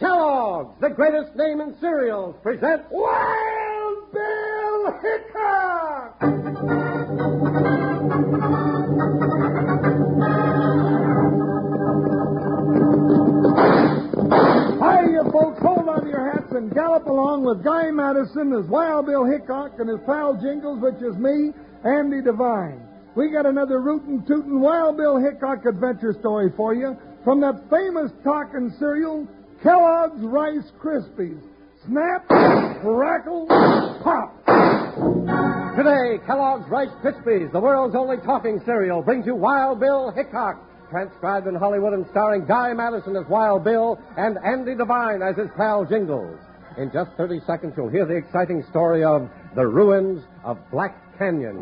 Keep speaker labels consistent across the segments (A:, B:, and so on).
A: Kellogg's, the greatest name in cereals, presents Wild Bill Hickok!
B: Hi, you folks. Hold on to your hats and gallop along with Guy Madison as Wild Bill Hickok and his pal Jingles, which is me, Andy Devine. We got another rootin' tootin' Wild Bill Hickok adventure story for you from that famous talking cereal, Kellogg's Rice Krispies. Snap, crackle, pop.
A: Today, Kellogg's Rice Krispies, the world's only talking cereal, brings you Wild Bill Hickok, transcribed in Hollywood and starring Guy Madison as Wild Bill and Andy Devine as his pal Jingles. In just 30 seconds, you'll hear the exciting story of the ruins of Black Canyon.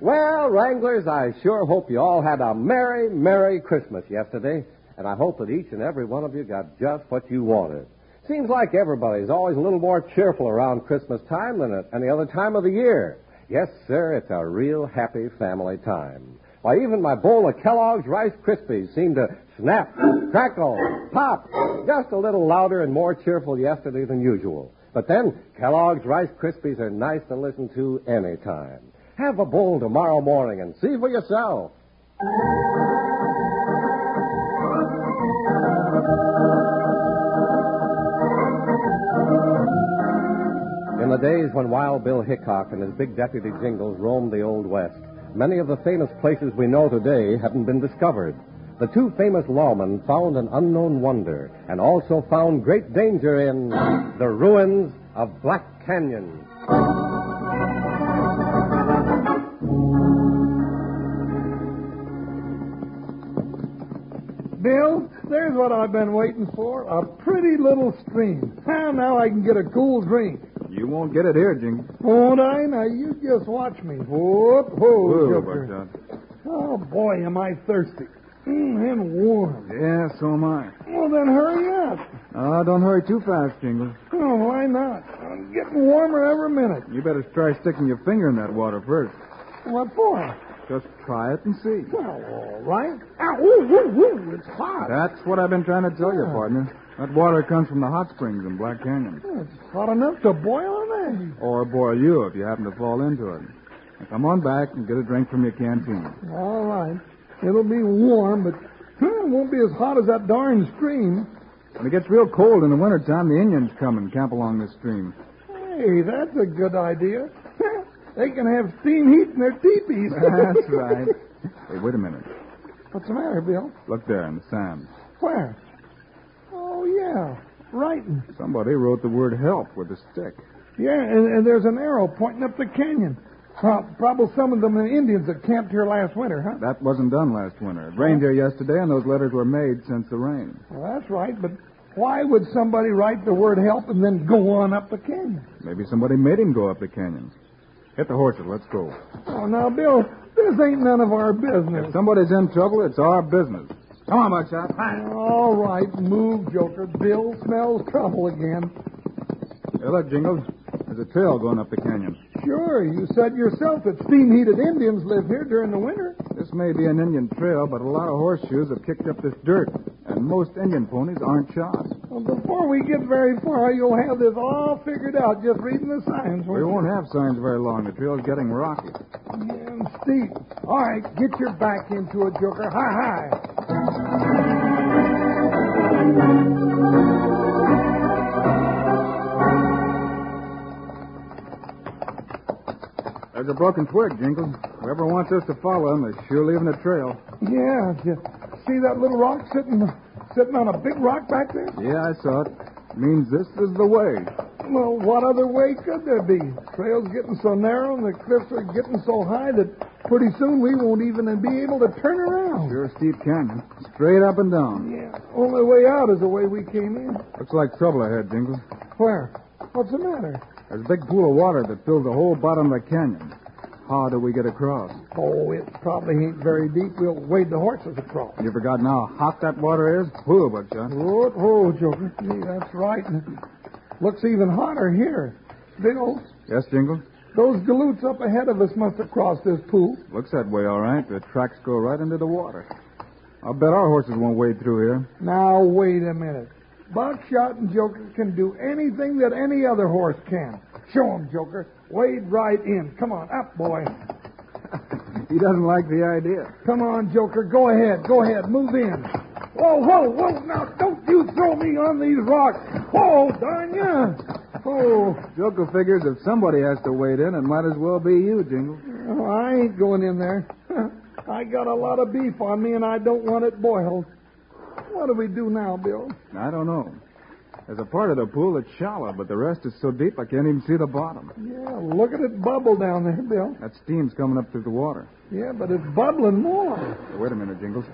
A: Well, Wranglers, I sure hope you all had a merry, merry Christmas yesterday, and I hope that each and every one of you got just what you wanted. Seems like everybody's always a little more cheerful around Christmas time than at any other time of the year. Yes, sir, it's a real happy family time. Why, even my bowl of Kellogg's Rice Krispies seemed to snap, crackle, pop, just a little louder and more cheerful yesterday than usual. But then, Kellogg's Rice Krispies are nice to listen to any time. Have a bowl tomorrow morning and see for yourself. In the days when Wild Bill Hickok and his big deputy Jingles roamed the Old West, many of the famous places we know today hadn't been discovered. The two famous lawmen found an unknown wonder and also found great danger in the ruins of Black Canyon.
B: Bill, there's what I've been waiting for a pretty little stream. Ah, now I can get a cool drink.
C: You won't get it here, Jingles.
B: Won't I? Now you just watch me. Whoop, whoop,
C: Whoa,
B: Joker.
C: but, uh,
B: Oh, boy, am I thirsty. Mm, and warm.
C: yeah, so am I.
B: Well, then hurry up.
C: Uh, don't hurry too fast, Jingles.
B: Oh, why not? I'm getting warmer every minute.
C: You better try sticking your finger in that water first.
B: What for?
C: Just try it and see.
B: Well, all right. Ow, woo, woo, woo, it's hot.
C: That's what I've been trying to tell you, partner. That water comes from the hot springs in Black Canyon.
B: Oh, it's hot enough to boil an egg.
C: Or boil you if you happen to fall into it. Now, come on back and get a drink from your canteen.
B: All right. It'll be warm, but hmm, it won't be as hot as that darn stream.
C: When it gets real cold in the wintertime, the Indians come and camp along this stream.
B: Hey, that's a good idea. they can have steam heat in their teepees.
C: That's right. Hey, wait a minute.
B: What's the matter, Bill?
C: Look there in the sand.
B: Where? Oh, yeah. Right.
C: Somebody wrote the word help with a stick.
B: Yeah, and, and there's an arrow pointing up the canyon. Pro- probably some of them are Indians that camped here last winter, huh?
C: That wasn't done last winter. It rained here yesterday, and those letters were made since the rain.
B: Well, that's right, but why would somebody write the word help and then go on up the canyon?
C: Maybe somebody made him go up the canyon. Hit the horses. Let's go.
B: Oh, now, Bill, this ain't none of our business.
C: If somebody's in trouble, it's our business. Come on, Buckshot.
B: All right, move, Joker. Bill smells trouble again.
C: Hey, look, Jingles. There's a trail going up the canyon.
B: Sure, you said yourself that steam heated Indians live here during the winter.
C: This may be an Indian trail, but a lot of horseshoes have kicked up this dirt, and most Indian ponies aren't shod.
B: Well, before we get very far, you'll have this all figured out just reading the signs.
C: We won't have signs very long. The trail's getting rocky.
B: And steep. All right, get your back into it, Joker. Hi, hi.
C: There's a broken twig, Jingles. Whoever wants us to follow him is sure leaving a trail.
B: Yeah, you see that little rock sitting sitting on a big rock back there?
C: Yeah, I saw it. Means this is the way.
B: Well, what other way could there be? Trail's getting so narrow and the cliffs are getting so high that pretty soon we won't even be able to turn around.
C: Sure, a steep canyon. Straight up and down.
B: Yeah, only way out is the way we came in.
C: Looks like trouble ahead, Jingles.
B: Where? What's the matter?
C: There's a big pool of water that fills the whole bottom of the canyon. How do we get across?
B: Oh, it probably ain't very deep. We'll wade the horses across.
C: You forgotten how hot that water is? Whoa, Buckshot.
B: Oh, oh, Joker. Gee, that's right. And it looks even hotter here. Bill,
C: Yes, Jingles?
B: those galoots up ahead of us must have crossed this pool.
C: Looks that way, all right. The tracks go right into the water. I'll bet our horses won't wade through here.
B: Now, wait a minute. Buckshot and Joker can do anything that any other horse can. Show 'em, Joker. Wade right in. Come on, up, boy.
C: He doesn't like the idea.
B: Come on, Joker. Go ahead. Go ahead. Move in. Whoa, whoa, whoa. Now, don't you throw me on these rocks. Whoa, darn ya. Oh,
C: Joker figures if somebody has to wade in, it might as well be you, Jingles.
B: oh, I ain't going in there. I got a lot of beef on me, and I don't want it boiled. What do we do now, Bill?
C: I don't know. There's a part of the pool that's shallow, but the rest is so deep I can't even see the bottom.
B: Yeah, look at it bubble down there, Bill.
C: That steam's coming up through the water.
B: Yeah, but it's bubbling more.
C: Wait a minute, Jingles.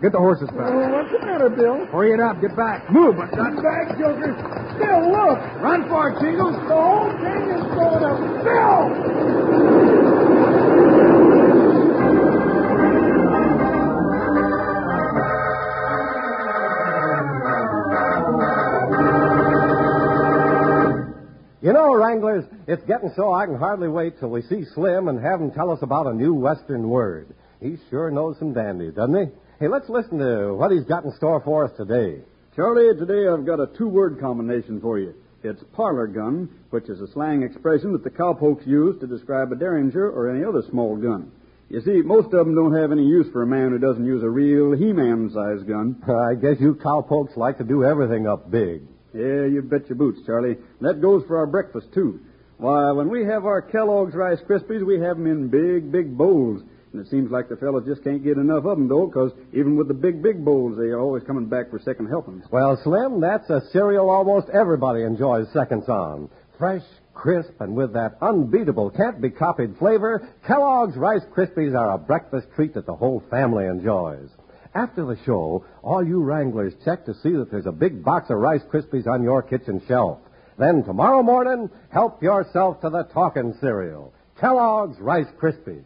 C: Get the horses back.
B: Well, what's the matter, Bill?
C: Hurry it up. Get back. Move.
B: Come back, Joker. Bill, look.
C: Run for it, Jingles.
B: The whole thing is going up. Bill!
A: You know, Wranglers, it's getting so I can hardly wait till we see Slim and have him tell us about a new Western word. He sure knows some dandies, doesn't he? Hey, let's listen to what he's got in store for us today.
D: Charlie, today I've got a two word combination for you. It's parlor gun, which is a slang expression that the cowpokes use to describe a derringer or any other small gun. You see, most of them don't have any use for a man who doesn't use a real He Man size gun.
A: I guess you cowpokes like to do everything up big.
D: Yeah, you bet your boots, Charlie. That goes for our breakfast, too. Why, when we have our Kellogg's Rice Krispies, we have 'em in big, big bowls. And it seems like the fellows just can't get enough of 'em though, 'cause even with the big, big bowls, they are always coming back for second helpings.
A: Well, Slim, that's a cereal almost everybody enjoys seconds on. Fresh, crisp, and with that unbeatable, can't be copied flavor, Kellogg's Rice Krispies are a breakfast treat that the whole family enjoys. After the show, all you Wranglers check to see that there's a big box of Rice Krispies on your kitchen shelf. Then tomorrow morning, help yourself to the talking cereal, Kellogg's Rice Krispies.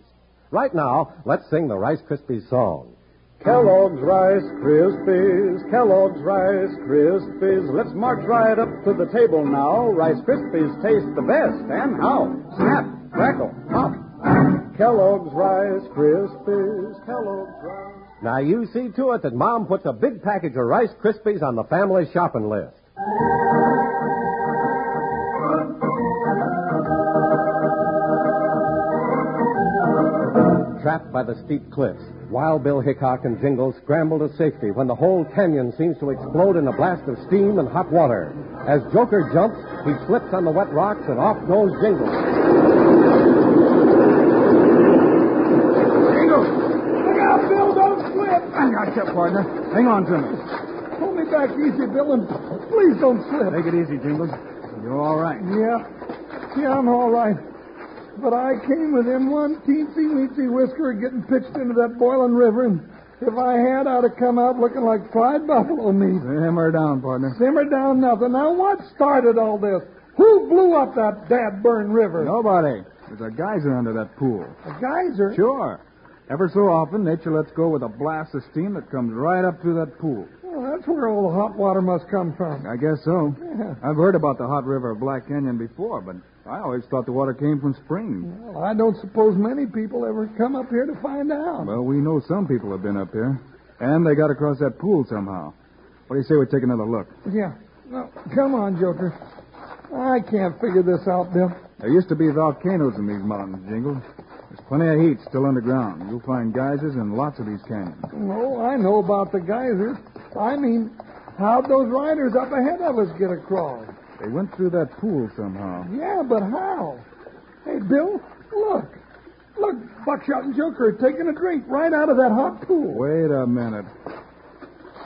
A: Right now, let's sing the Rice Krispies song.
D: Kellogg's Rice Krispies, Kellogg's Rice Krispies. Let's march right up to the table now. Rice Krispies taste the best, and how? Snap, crackle, pop. Kellogg's Rice Krispies, Kellogg's Rice.
A: Now you see to it that Mom puts a big package of Rice Krispies on the family shopping list. Trapped by the steep cliffs, Wild Bill Hickok and Jingle scramble to safety when the whole canyon seems to explode in a blast of steam and hot water. As Joker jumps, he slips on the wet rocks and off goes Jingle.
B: Jingles! Look out, Bill, don't slip!
C: Hang on, Chip, partner. Hang on to me.
B: Pull me back easy, Bill, and please don't slip.
C: Take it easy, Jingles. You're all right.
B: Yeah, yeah, I'm all right. But I came within one teensy weensy whisker of getting pitched into that boiling river, and if I had, I'd have come out looking like fried buffalo meat.
C: Hammer down, partner.
B: Simmer down nothing. Now, what started all this? Who blew up that dad burn river?
C: Nobody. There's a geyser under that pool.
B: A geyser?
C: Sure. Ever so often, nature lets go with a blast of steam that comes right up through that pool.
B: Well, that's where all the hot water must come from.
C: I guess so.
B: Yeah.
C: I've heard about the hot river of Black Canyon before, but I always thought the water came from springs.
B: Well, I don't suppose many people ever come up here to find out.
C: Well, we know some people have been up here, and they got across that pool somehow. What do you say we take another look?
B: Yeah. No, come on, Joker. I can't figure this out, Bill.
C: There used to be volcanoes in these mountains, Jingles. There's plenty of heat still underground. You'll find geysers in lots of these canyons.
B: No, I know about the geysers. I mean, how'd those riders up ahead of us get across?
C: They went through that pool somehow.
B: Yeah, but how? Hey, Bill, look. Look, Buckshot and Joker are taking a drink right out of that hot pool.
C: Wait a minute.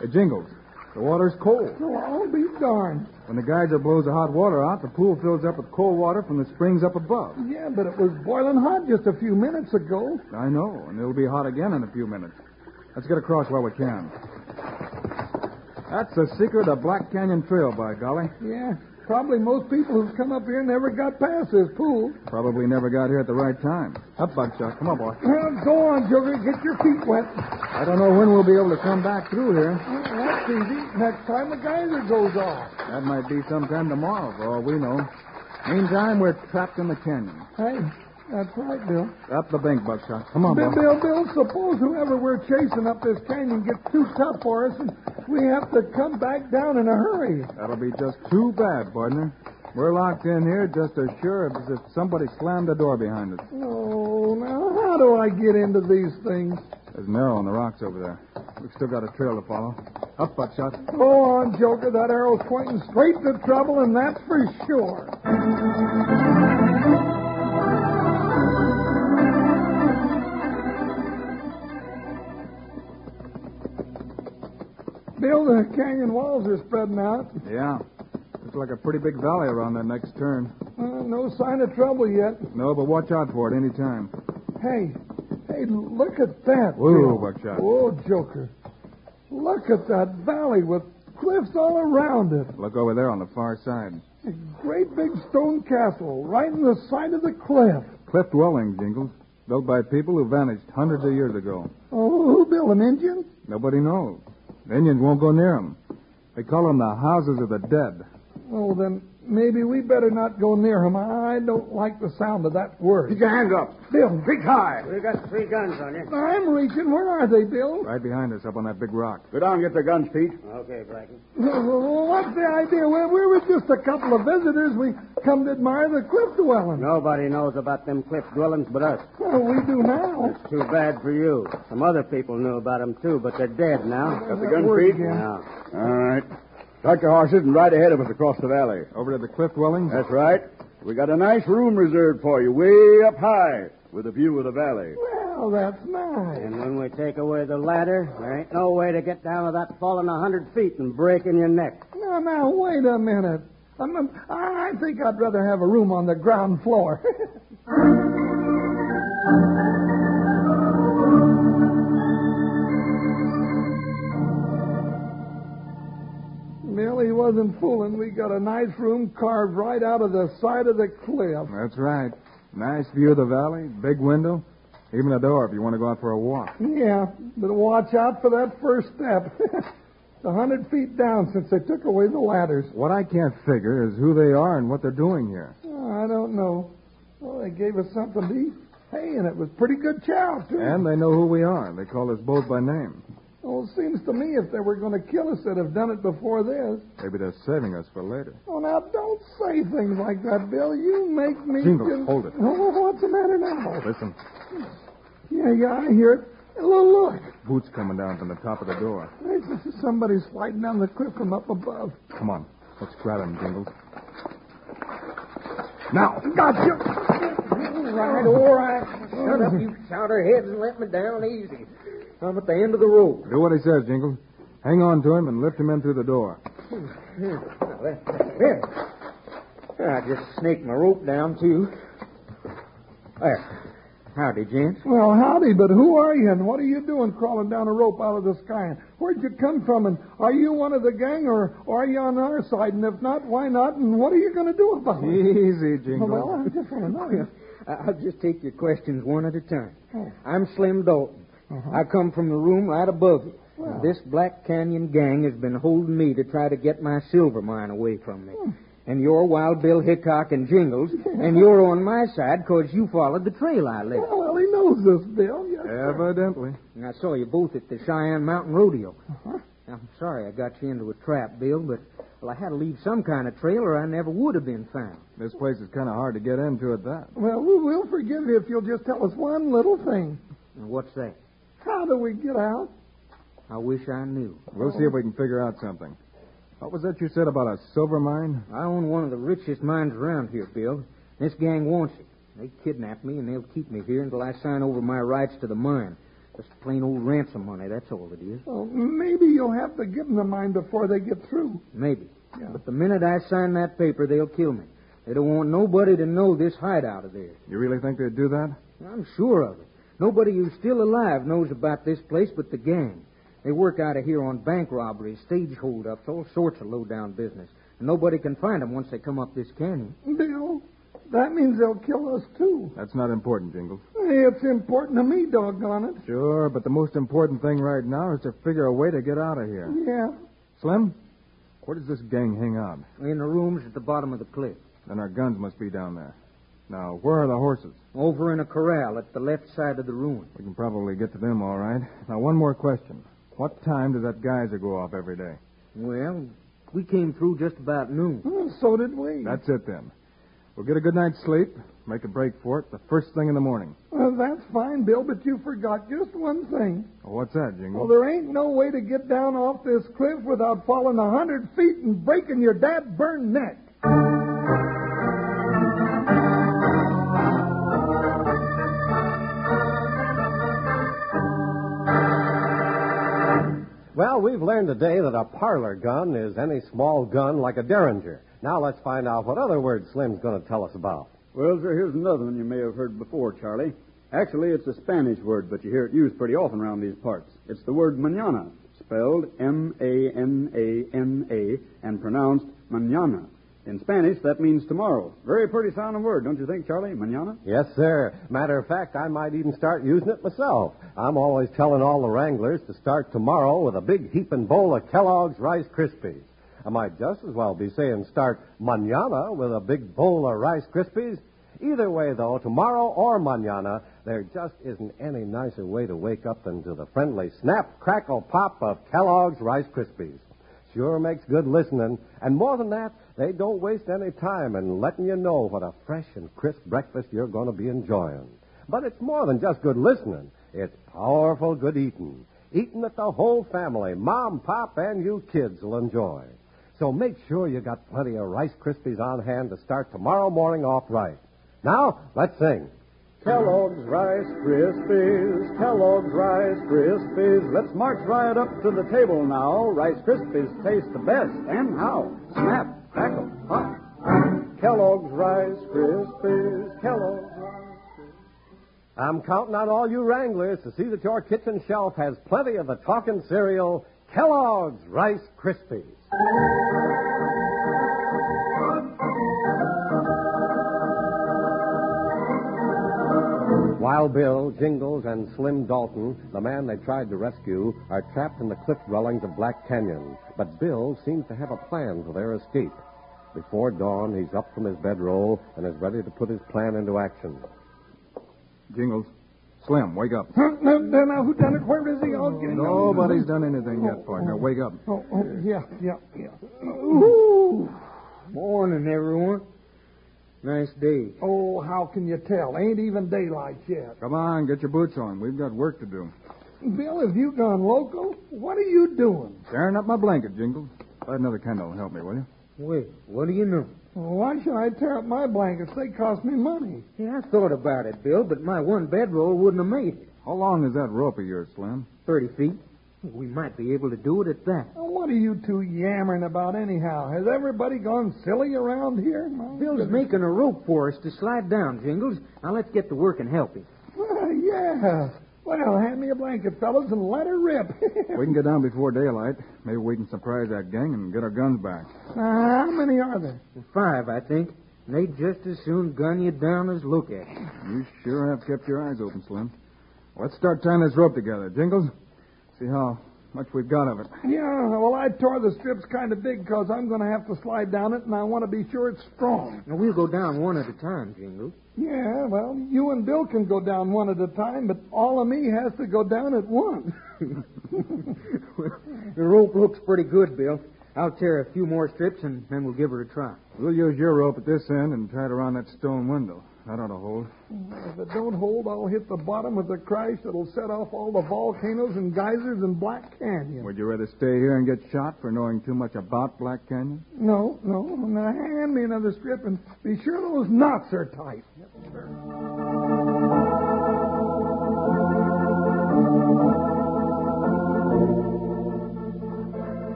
C: Hey, Jingles, the water's cold.
B: Oh, I'll be darned.
C: When the geyser blows the hot water out, the pool fills up with cold water from the springs up above.
B: Yeah, but it was boiling hot just a few minutes ago.
C: I know, and it'll be hot again in a few minutes. Let's get across while we can. That's the secret of Black Canyon Trail, by golly.
B: Yeah, probably most people who've come up here never got past this pool.
C: Probably never got here at the right time. Up, Buckshot. Come on, boy.
B: Well, go on, Joker. Get your feet wet.
C: I don't know when we'll be able to come back through here.
B: Well, That's easy. Next time the geyser goes off.
C: That might be sometime tomorrow, for all we know. Meantime, we're trapped in the canyon.
B: Hey, That's right, Bill.
C: Up the bank, Buckshot. Come on,
B: Bill,
C: Bill.
B: Bill, Bill, suppose whoever we're chasing up this canyon gets too tough for us and we have to come back down in a hurry.
C: That'll be just too bad, partner. We're locked in here just as sure as if somebody slammed the door behind us.
B: Oh, now how do I get into these things?
C: There's Merrill on the rocks over there. We've still got a trail to follow. Up, Buckshot.
B: Go on, Joker. That arrow's pointing straight to trouble, and that's for sure. Bill, the canyon walls are spreading out.
C: Yeah. Looks like a pretty big valley around that next turn.
B: Uh, no sign of trouble yet.
C: No, but watch out for it any time.
B: Hey, hey, look at that.
C: Whoa,
B: Bill.
C: Buckshot.
B: Whoa, Joker. Look at that valley with cliffs all around it.
C: Look over there on the far side.
B: A great big stone castle right in the side of the cliff.
C: Cliff dwellings, Jingles. Built by people who vanished hundreds of years ago.
B: Oh, who built an Indian?
C: Nobody knows. The Indians won't go near 'em. They call 'em the houses of the dead.
B: Oh, then maybe we better not go near him. I don't like the sound of that word.
D: your hands up.
B: Bill,
D: Big high.
E: We've got three guns on you.
B: I'm reaching. Where are they, Bill?
C: Right behind us up on that big rock.
D: Go down and get their guns, Pete.
E: Okay, Blackie.
B: What's the idea? We, we were just a couple of visitors. We come to admire the cliff dwelling.
E: Nobody knows about them cliff dwellings but us.
B: Well, we do now.
E: It's too bad for you. Some other people knew about them, too, but they're dead now.
D: Got the
B: That
D: guns,
B: word
D: Pete?
B: again.
E: Now,
D: All right. Start your horses and ride ahead of us across the valley.
C: Over to the cliff dwellings?
D: That's right. We got a nice room reserved for you, way up high, with a view of the valley.
B: Well, that's nice.
E: and when we take away the ladder, there ain't no way to get down without falling a hundred feet and breaking your neck.
B: Now, now, wait a minute. I'm, I'm- I think I'd rather have a room on the ground floor. Bill, he wasn't fooling. We got a nice room carved right out of the side of the cliff.
C: That's right. Nice view of the valley, big window, even a door if you want to go out for a walk.
B: Yeah, but watch out for that first step. It's a hundred feet down since they took away the ladders.
C: What I can't figure is who they are and what they're doing here.
B: Oh, I don't know. Well, they gave us something to eat. Hey, and it was pretty good chow, too.
C: And they know who we are. They call us both by name.
B: Well, it seems to me if they were going to kill us, they'd have done it before this.
C: Maybe they're saving us for later.
B: Oh, now, don't say things like that, Bill. You make me...
C: Jingles,
B: just-
C: hold it.
B: Oh, what's the matter now?
C: Listen,
B: Yeah, yeah, I hear it. Well, look.
C: boots coming down from the top of the door.
B: There's somebody sliding down the cliff from up above.
C: Come on, let's grab him, Jingles. Now!
B: Gotcha!
E: All right, all right. Shut up, you chowder heads, and let me down easy. I'm at the end of the rope.
C: Do what he says, Jingles. Hang on to him and lift him in through the door.
E: There. There, I just snaked my rope down, too. There. Howdy, gents.
B: Well, howdy, but who are you and what are you doing crawling down a rope out of the sky? And where'd you come from? And are you one of the gang or, or are you on our side? And if not, why not? And what are you going to do about it?
C: Easy,
B: Well,
C: Jingles.
B: I just want to know you.
E: I- I'll just take your questions one at a time.
B: Oh.
E: I'm Slim Dalton. I come from the room right above you. This Black Canyon gang has been holding me to try to get my silver mine away from me. And you're Wild Bill Hickok and Jingles, and you're on my side 'cause you followed the trail I left.
B: Well, he knows this, Bill. Yes, sir.
C: Evidently.
E: And I saw you both at the Cheyenne Mountain Rodeo. I'm sorry I got you into a trap, Bill, but well, I had to leave some kind of trail or I never would have been found.
C: This place is kind of hard to get into at that.
B: Well, we will forgive you if you'll just tell us one little thing.
E: And what's that?
B: How do we get out?
E: I wish I knew.
C: We'll see if we can figure out something. What was that you said about a silver mine?
E: I own one of the richest mines around here, Bill. This gang wants it. They kidnapped me, and they'll keep me here until I sign over my rights to the mine. Just plain old ransom money, that's all it is.
B: Well, maybe you'll have to give them the mine before they get through.
E: Maybe.
B: Yeah.
E: But the minute I sign that paper, they'll kill me. They don't want nobody to know this hideout of theirs.
C: You really think they'd do that?
E: I'm sure of it. Nobody who's still alive knows about this place but the gang. They work out of here on bank robberies, stage holdups, all sorts of low-down business. And nobody can find them once they come up this canyon.
B: Bill, that means they'll kill us, too.
C: That's not important, Jingles.
B: Hey, it's important to me, doggone it.
C: Sure, but the most important thing right now is to figure a way to get out of here.
B: Yeah.
C: Slim, where does this gang hang out?
E: In the rooms at the bottom of the cliff.
C: Then our guns must be down there. Now, where are the horses?
E: Over in a corral at the left side of the ruin.
C: We can probably get to them, all right. Now, one more question. What time does that geyser go off every day?
E: Well, we came through just about noon.
B: Well, so did we.
C: That's it, then. We'll get a good night's sleep, make a break for it the first thing in the morning.
B: Well, that's fine, Bill, but you forgot just one thing.
C: Well, what's that, Jingle?
B: Well, there ain't no way to get down off this cliff without falling a hundred feet and breaking your dad burned neck.
A: Well, we've learned today that a parlor gun is any small gun like a derringer. Now let's find out what other word Slim's going to tell us about.
D: Well, sir, here's another one you may have heard before, Charlie. Actually, it's a Spanish word, but you hear it used pretty often around these parts. It's the word manana, spelled M-A-N-A-N-A, and pronounced manana. In Spanish, that means tomorrow. Very pretty sounding word, don't you think, Charlie? Manana?
A: Yes, sir. Matter of fact, I might even start using it myself. I'm always telling all the Wranglers to start tomorrow with a big heaping bowl of Kellogg's Rice Krispies. I might just as well be saying start manana with a big bowl of Rice Krispies. Either way, though, tomorrow or manana, there just isn't any nicer way to wake up than to the friendly snap, crackle, pop of Kellogg's Rice Krispies. Sure makes good listening. And more than that, they don't waste any time in letting you know what a fresh and crisp breakfast you're going to be enjoying. But it's more than just good listening. It's powerful good eating. Eating that the whole family, mom, pop, and you kids will enjoy. So make sure you got plenty of Rice Krispies on hand to start tomorrow morning off right. Now, let's sing.
D: Kellogg's Rice Krispies, Kellogg's Rice Krispies. Let's march right up to the table now. Rice Krispies taste the best, and how? Snap, crackle, pop. Kellogg's Rice Krispies, Kellogg's Rice.
A: I'm counting on all you Wranglers to see that your kitchen shelf has plenty of the talking cereal, Kellogg's Rice Krispies. Wild Bill, Jingles, and Slim Dalton, the man they tried to rescue, are trapped in the cliff dwellings of Black Canyon, but Bill seems to have a plan for their escape. Before dawn, he's up from his bedroll and is ready to put his plan into action.
C: Jingles. Slim, wake up.
B: Huh? Now, now, now, who done it? Where is he? Oh, get him.
C: Nobody's done anything yet, partner. Wake up.
B: Oh, oh, yeah, yeah, yeah.
E: Ooh. Morning, everyone. Nice day.
B: Oh, how can you tell? Ain't even daylight yet.
C: Come on, get your boots on. We've got work to do.
B: Bill, have you gone local? What are you doing?
C: Tearing up my blanket, Jingles. Light another candle and help me, will you?
E: Wait, what do you know?
B: Why should I tear up my blankets? They cost me money.
E: Yeah, I thought about it, Bill, but my one bedroll wouldn't have made it.
C: How long is that rope of yours, Slim?
E: Thirty feet. We might be able to do it at that.
B: Now, What are you two yammering about anyhow? Has everybody gone silly around here? My
E: Bill's
B: goodness.
E: making a rope for us to slide down, Jingles. Now let's get to work and help him.
B: Well, yeah. Well, hand me a blanket, fellas, and let her rip.
C: We can get down before daylight. Maybe we can surprise that gang and get our guns back.
B: Uh, how many are there?
E: Five, I think. And they'd just as soon gun you down as look at you.
C: You sure have kept your eyes open, Slim. Let's start tying this rope together, Jingles. See how much we've got of it.
B: Yeah, well, I tore the strips kind of big because I'm going to have to slide down it, and I want to be sure it's strong.
E: Now we'll go down one at a time, Jingles.
B: Yeah, well, you and Bill can go down one at a time, but all of me has to go down at once.
E: the rope looks pretty good, Bill. I'll tear a few more strips and then we'll give her a try.
C: We'll use your rope at this end and tie it around that stone window. That ought to hold.
B: If it don't hold, I'll hit the bottom with a crash that'll set off all the volcanoes and geysers in Black Canyon.
C: Would you rather stay here and get shot for knowing too much about Black Canyon?
B: No, no. Now hand me another strip and be sure those knots are tight.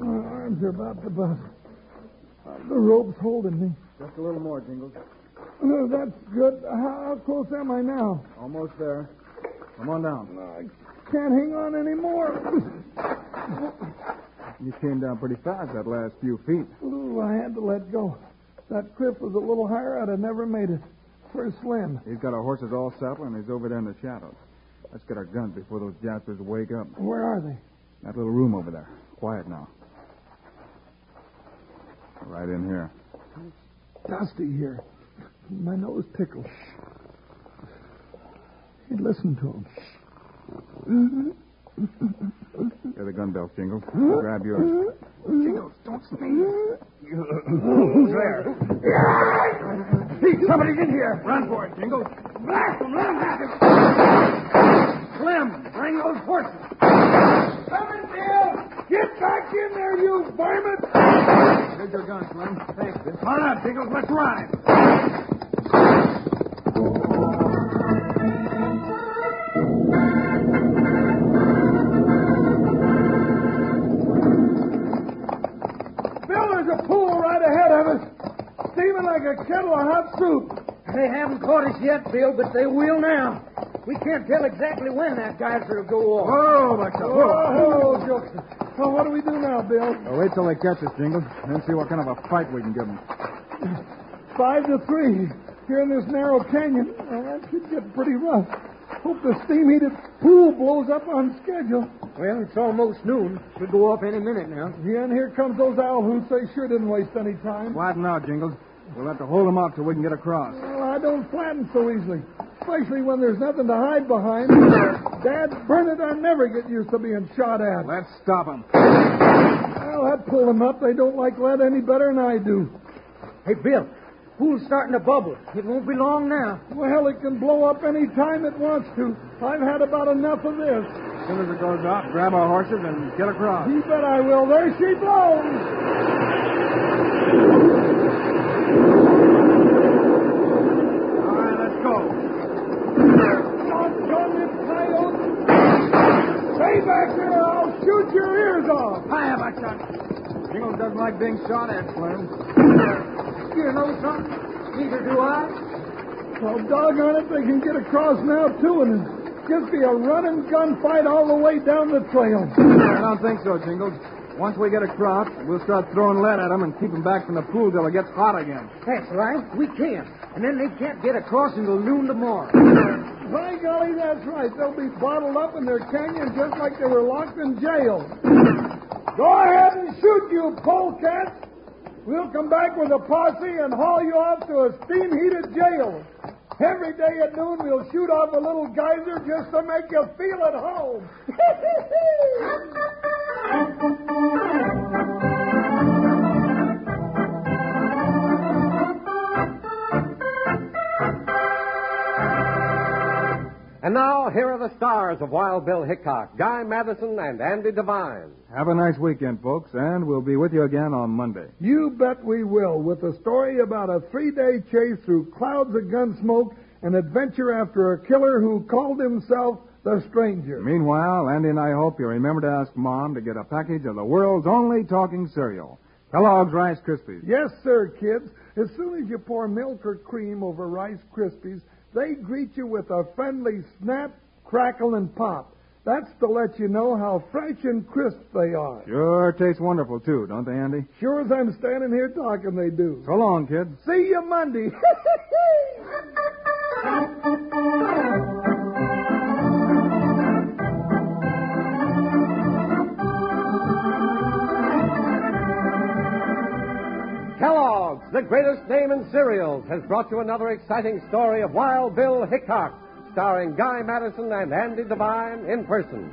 B: My arms are about to bust. The rope's holding me.
C: Just a little more, Jingles.
B: Oh, that's good. How, how close am I now?
C: Almost there. Come on down.
B: Can't hang on anymore.
C: You came down pretty fast that last few feet.
B: Ooh, I had to let go. That cliff was a little higher. I'd have never made it. Where's Slim?
C: He's got our horses all saddled, and he's over there in the shadows. Let's get our guns before those jaspers wake up.
B: Where are they?
C: That little room over there. Quiet now. Right in here.
B: dusty here. My nose tickles. He'd listen to him.
C: Hear the gun belt, Jingles. I'll grab yours. Jingles, don't sneeze.
B: Who's there? Somebody's in here.
C: Run for it, Jingles.
B: Blast him, run at him. Slim, bring those horses. Come in, Bill. Get back in there, you varmint.
C: Here's your gun, Slim. Thanks. This
B: Come on up, Jingles. Let's ride. Bill, there's a pool right ahead of us, steaming like a kettle of hot soup.
E: They haven't caught us yet, Bill, but they will now. We can't tell exactly when that geyser will go off.
C: Oh, that's a
B: Oh, jokes. Well, what do we do now, Bill?
C: Well, Oh, wait till they catch us, Jingles, then see what kind of a fight we can give them.
B: Five to three here in this narrow canyon. Well, that could get pretty rough. Hope the steam-heated pool blows up on schedule.
E: Well, it's almost noon. Should go off any minute now.
B: Yeah, and here comes those owl hoots. They sure didn't waste any time.
C: Flatten out, Jingles. We'll have to hold them out till we can get across.
B: Well, I don't flatten so easily, especially when there's nothing to hide behind. Dad, burn it, I never get used to being shot at.
C: Let's stop them.
B: Well, that pulled them up. They don't like lead any better than I do.
E: Hey, Bill, pool's starting to bubble. It won't be long now.
B: Well, it can blow up any time it wants to. I've had about enough of this.
C: As soon as it goes out, grab our horses and get across.
B: You bet I will. There she blows.
C: All right, let's go.
B: Doggone them coyotes. Stay back there. I'll shoot your ears off.
C: Hi, Buckshot. Jingles doesn't like being shot at, Slim.
E: You know something? Neither do I.
B: Well, doggone it, they can get across now, too, and it'll just be a run and gun fight all the way down the trail.
C: I don't think so, Jingles. Once we get across, we'll start throwing lead at them and keep them back from the pool till it gets hot again.
E: That's right. We can. And then they can't get across until noon tomorrow.
B: By golly, that's right. They'll be bottled up in their canyon just like they were locked in jail. Go ahead and shoot, you polecats. We'll come back with a posse and haul you off to a steam-heated jail. Every day at noon, we'll shoot off a little geyser just to make you feel at home.
A: And now, here are the stars of Wild Bill Hickok, Guy Madison, and Andy Devine.
C: Have a nice weekend, folks, and we'll be with you again on Monday.
B: You bet we will, with a story about a three day chase through clouds of gun smoke, an adventure after a killer who called himself the Stranger.
C: Meanwhile, Andy and I hope you remember to ask Mom to get a package of the world's only talking cereal, Kellogg's Rice Krispies.
B: Yes, sir, kids. As soon as you pour milk or cream over Rice Krispies, they greet you with a friendly snap, crackle, and pop. That's to let you know how fresh and crisp they are.
C: Sure tastes wonderful, too, don't they, Andy?
B: Sure as I'm standing here talking, they do.
C: So long, kids.
B: See you Monday.
A: Kellogg's, the greatest name in cereals, has brought you another exciting story of Wild Bill Hickok, starring Guy Madison and Andy Devine in person.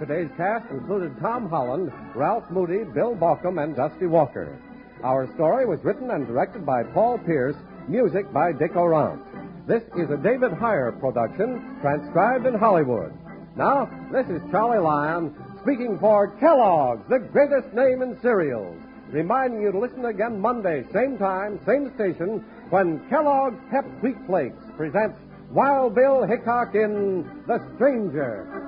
A: Today's cast included Tom Holland, Ralph Moody, Bill Balkum, and Dusty Walker. Our story was written and directed by Paul Pierce, music by Dick Orant. This is a David Heyer production, transcribed in Hollywood. Now, this is Charlie Lyon speaking for Kellogg's, the greatest name in cereals reminding you to listen again Monday, same time, same station, when Kellogg's Pep Wheat Flakes presents Wild Bill Hickok in The Stranger.